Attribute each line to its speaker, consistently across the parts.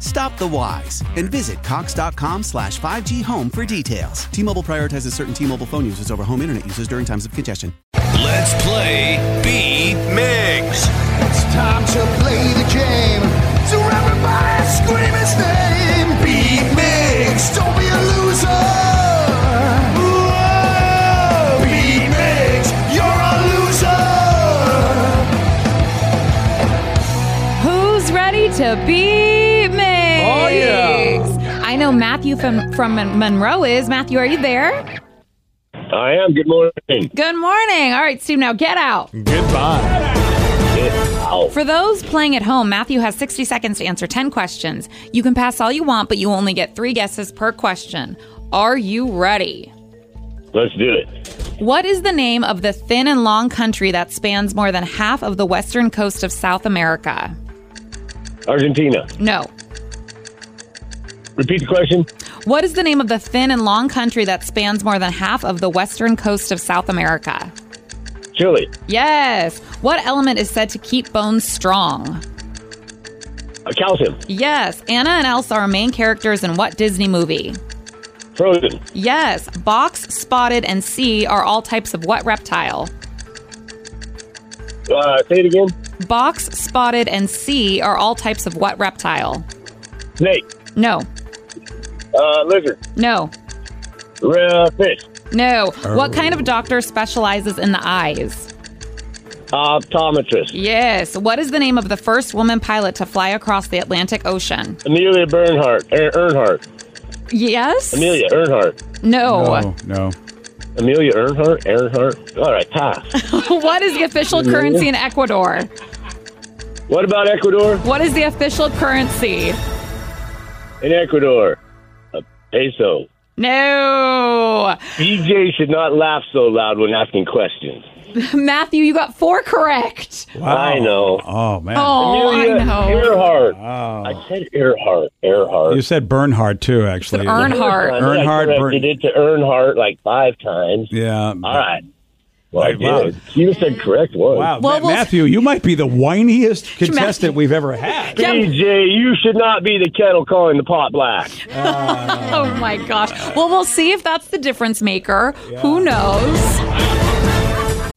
Speaker 1: Stop the whys and visit cox.com slash 5G home for details. T-Mobile prioritizes certain T-Mobile phone users over home internet users during times of congestion.
Speaker 2: Let's play B Migs.
Speaker 3: It's time to play the game. So everybody scream his name. Be mixed. Don't be a loser. Whoa. Be mixed. You're a loser.
Speaker 4: Who's ready to be mixed? Oh
Speaker 5: yeah.
Speaker 4: I know Matthew from from Mon- Monroe is. Matthew, are you there?
Speaker 6: I am. Good morning.
Speaker 4: Good morning. All right, Stu, now get out.
Speaker 5: Goodbye.
Speaker 4: For those playing at home, Matthew has 60 seconds to answer 10 questions. You can pass all you want, but you only get 3 guesses per question. Are you ready?
Speaker 6: Let's do it.
Speaker 4: What is the name of the thin and long country that spans more than half of the western coast of South America?
Speaker 6: Argentina.
Speaker 4: No.
Speaker 6: Repeat the question.
Speaker 4: What is the name of the thin and long country that spans more than half of the western coast of South America?
Speaker 6: Chile.
Speaker 4: Yes. What element is said to keep bones strong?
Speaker 6: Uh, calcium.
Speaker 4: Yes. Anna and Elsa are main characters in what Disney movie?
Speaker 6: Frozen.
Speaker 4: Yes. Box, spotted, and sea are all types of what reptile?
Speaker 6: Uh, say it again.
Speaker 4: Box, spotted, and sea are all types of what reptile?
Speaker 6: Snake.
Speaker 4: No.
Speaker 6: Uh, lizard.
Speaker 4: No.
Speaker 6: Uh, fish.
Speaker 4: No. What kind of doctor specializes in the eyes?
Speaker 6: Optometrist.
Speaker 4: Yes. What is the name of the first woman pilot to fly across the Atlantic Ocean?
Speaker 6: Amelia Bernhardt. Er, Earnhardt.
Speaker 4: Yes.
Speaker 6: Amelia Earnhardt.
Speaker 4: No.
Speaker 5: Oh, no.
Speaker 6: Amelia Earnhardt. Earnhardt. All right, pass.
Speaker 4: what is the official currency in Ecuador?
Speaker 6: what about Ecuador?
Speaker 4: What is the official currency?
Speaker 6: In Ecuador, a peso.
Speaker 4: No.
Speaker 6: DJ should not laugh so loud when asking questions.
Speaker 4: Matthew, you got four correct.
Speaker 6: I know.
Speaker 5: Oh, man.
Speaker 4: Oh, I
Speaker 6: Amelia
Speaker 4: know.
Speaker 6: Earhart. I said Earhart. Earhart.
Speaker 5: You said Bernhard, too, actually.
Speaker 4: Earnhard.
Speaker 5: Earnhardt,
Speaker 6: I
Speaker 5: Bern-
Speaker 6: corrected it to Earnhardt like five times.
Speaker 5: Yeah.
Speaker 6: All right. Well, I
Speaker 5: Wow.
Speaker 6: did. You said correct one.
Speaker 5: Wow.
Speaker 4: Well,
Speaker 5: Ma-
Speaker 4: we'll-
Speaker 5: Matthew, you might be the whiniest contestant we've ever had.
Speaker 4: Yeah.
Speaker 6: DJ, you should not be the kettle calling the pot black.
Speaker 4: Oh my gosh. Well, we'll see if that's the difference maker. Who knows?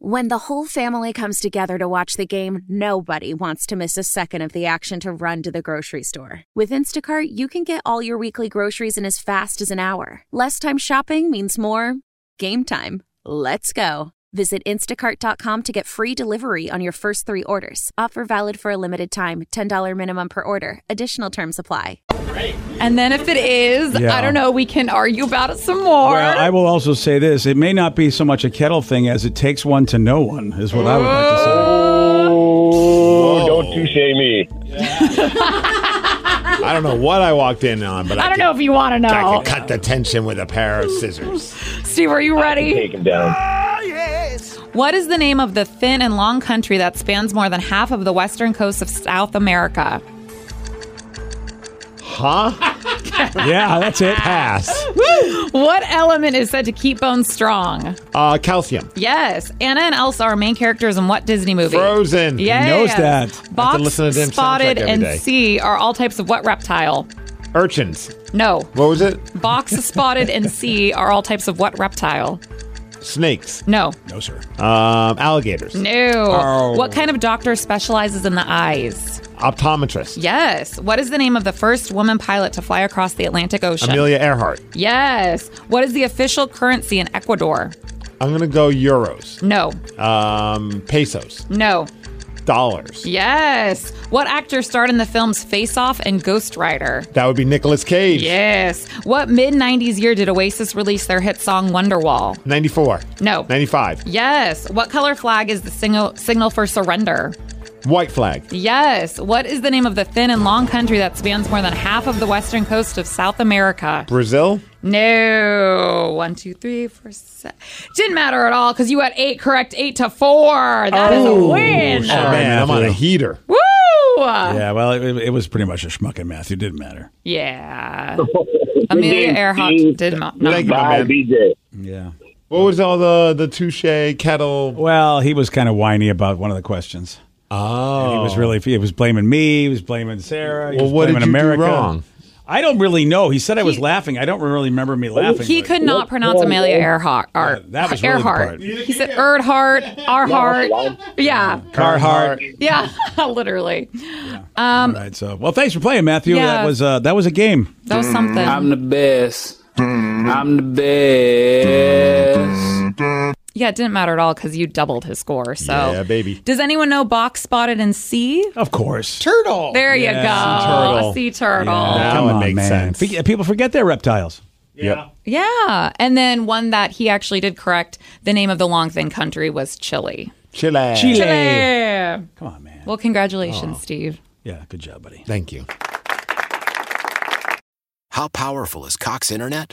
Speaker 7: When the whole family comes together to watch the game, nobody wants to miss a second of the action to run to the grocery store. With Instacart, you can get all your weekly groceries in as fast as an hour. Less time shopping means more game time. Let's go. Visit instacart.com to get free delivery on your first three orders. Offer valid for a limited time $10 minimum per order. Additional terms apply.
Speaker 4: And then if it is,
Speaker 5: Yeah.
Speaker 4: I don't know, we can argue about it some more.
Speaker 5: Well, I will also say this. It may not be so much a kettle thing as it takes one to know one, is what I would like to say.
Speaker 6: Oh, don't touche me.
Speaker 2: I don't know what I walked in on, but I,
Speaker 4: I don't
Speaker 2: could-
Speaker 4: know if you want to
Speaker 2: I
Speaker 4: know.
Speaker 2: could cut the tension with a pair of scissors.
Speaker 4: Steve, are you ready?
Speaker 6: Take him down.
Speaker 4: What is the name of the thin and long country that spans more than half of the western coast of South America?
Speaker 2: Huh?
Speaker 5: Yeah, that's it.
Speaker 2: Pass.
Speaker 4: What element is said to keep bones strong?
Speaker 2: Uh, calcium.
Speaker 4: Yes. Anna and Elsa are main characters in what Disney movie?
Speaker 2: Frozen.
Speaker 4: Yes.
Speaker 5: knows that.
Speaker 2: I have to
Speaker 4: Box,
Speaker 2: listen to them soundtrack
Speaker 4: spotted,
Speaker 2: every
Speaker 4: and
Speaker 2: day.
Speaker 4: sea are all types of what reptile?
Speaker 2: Urchins.
Speaker 4: No.
Speaker 2: What was it?
Speaker 4: Box, spotted, and sea are all types of what reptile?
Speaker 2: Snakes.
Speaker 4: No.
Speaker 5: No, sir.
Speaker 2: Um, alligators.
Speaker 4: No.
Speaker 5: Oh.
Speaker 4: What kind of doctor specializes in the eyes?
Speaker 2: Optometrist.
Speaker 4: Yes. What is the name of the first woman pilot to fly across the Atlantic Ocean?
Speaker 2: Amelia Earhart.
Speaker 4: Yes. What is the official currency in Ecuador?
Speaker 2: I'm gonna go euros.
Speaker 4: No.
Speaker 2: Um, pesos.
Speaker 4: No.
Speaker 6: dollars.
Speaker 4: Yes. What actor starred in the films Face Off and Ghost Rider?
Speaker 6: That would be Nicolas Cage.
Speaker 4: Yes. What mid 90s year did Oasis release their hit song Wonderwall?
Speaker 6: 94.
Speaker 4: No.
Speaker 6: 95.
Speaker 4: Yes. What color flag is the signal signal for surrender?
Speaker 6: White flag.
Speaker 4: Yes. What is the name of the thin and long country that spans more than half of the western coast of South America?
Speaker 6: Brazil.
Speaker 4: No. One, two, three, four, seven. Didn't matter at all because you had eight correct, eight to four. That is a win.
Speaker 6: Oh, man, I'm on a heater.
Speaker 4: Woo!
Speaker 5: Yeah, well, it, it was pretty much a schmucking math. It didn't matter.
Speaker 4: Yeah. Amelia Earhart did not.
Speaker 6: Thank you, my
Speaker 8: Bye,
Speaker 6: man.
Speaker 8: BJ.
Speaker 5: Yeah.
Speaker 6: What was all the the touche kettle?
Speaker 5: Well, he was kind of whiny about one of the questions.
Speaker 6: Oh,
Speaker 5: He was really he was blaming me. He was blaming Sarah. He
Speaker 6: Well,
Speaker 5: was
Speaker 6: what did
Speaker 5: blaming
Speaker 6: you do
Speaker 5: America.
Speaker 6: wrong?
Speaker 5: I don't really know. He said I was laughing. I don't really remember me laughing.
Speaker 4: He
Speaker 5: but-
Speaker 4: could not pronounce Amelia Earhart.
Speaker 5: that was really the
Speaker 4: Earhart.
Speaker 5: part.
Speaker 4: He said Earhart, Earhart. Yeah,
Speaker 6: Carhartt.
Speaker 4: yeah, literally.
Speaker 5: All right. So, well, thanks for playing, Matthew.
Speaker 4: Yeah.
Speaker 5: That was uh, that was a game.
Speaker 4: That was something.
Speaker 9: Mm-hmm. I'm the best. I'm the best.
Speaker 4: Yeah, it didn't matter at all because you doubled his score. So,
Speaker 6: Yeah, baby.
Speaker 4: Does anyone know box spotted in sea?
Speaker 5: Of course.
Speaker 9: Oh,
Speaker 6: Turtle.
Speaker 4: There you
Speaker 5: Yes,
Speaker 4: go,
Speaker 6: turtle.
Speaker 4: a sea turtle.
Speaker 6: Yeah.
Speaker 4: Yeah.
Speaker 6: Now it makes sense.
Speaker 5: Pe- People forget they're reptiles.
Speaker 6: Yep.
Speaker 4: and then one that he actually did correct. The name of the long thin country was Chile.
Speaker 6: Chile.
Speaker 5: Chile.
Speaker 4: Yeah.
Speaker 5: Come on, man.
Speaker 4: Well, congratulations, Steve.
Speaker 5: Yeah. Good job, buddy.
Speaker 6: Thank you.
Speaker 1: How powerful is Cox Internet?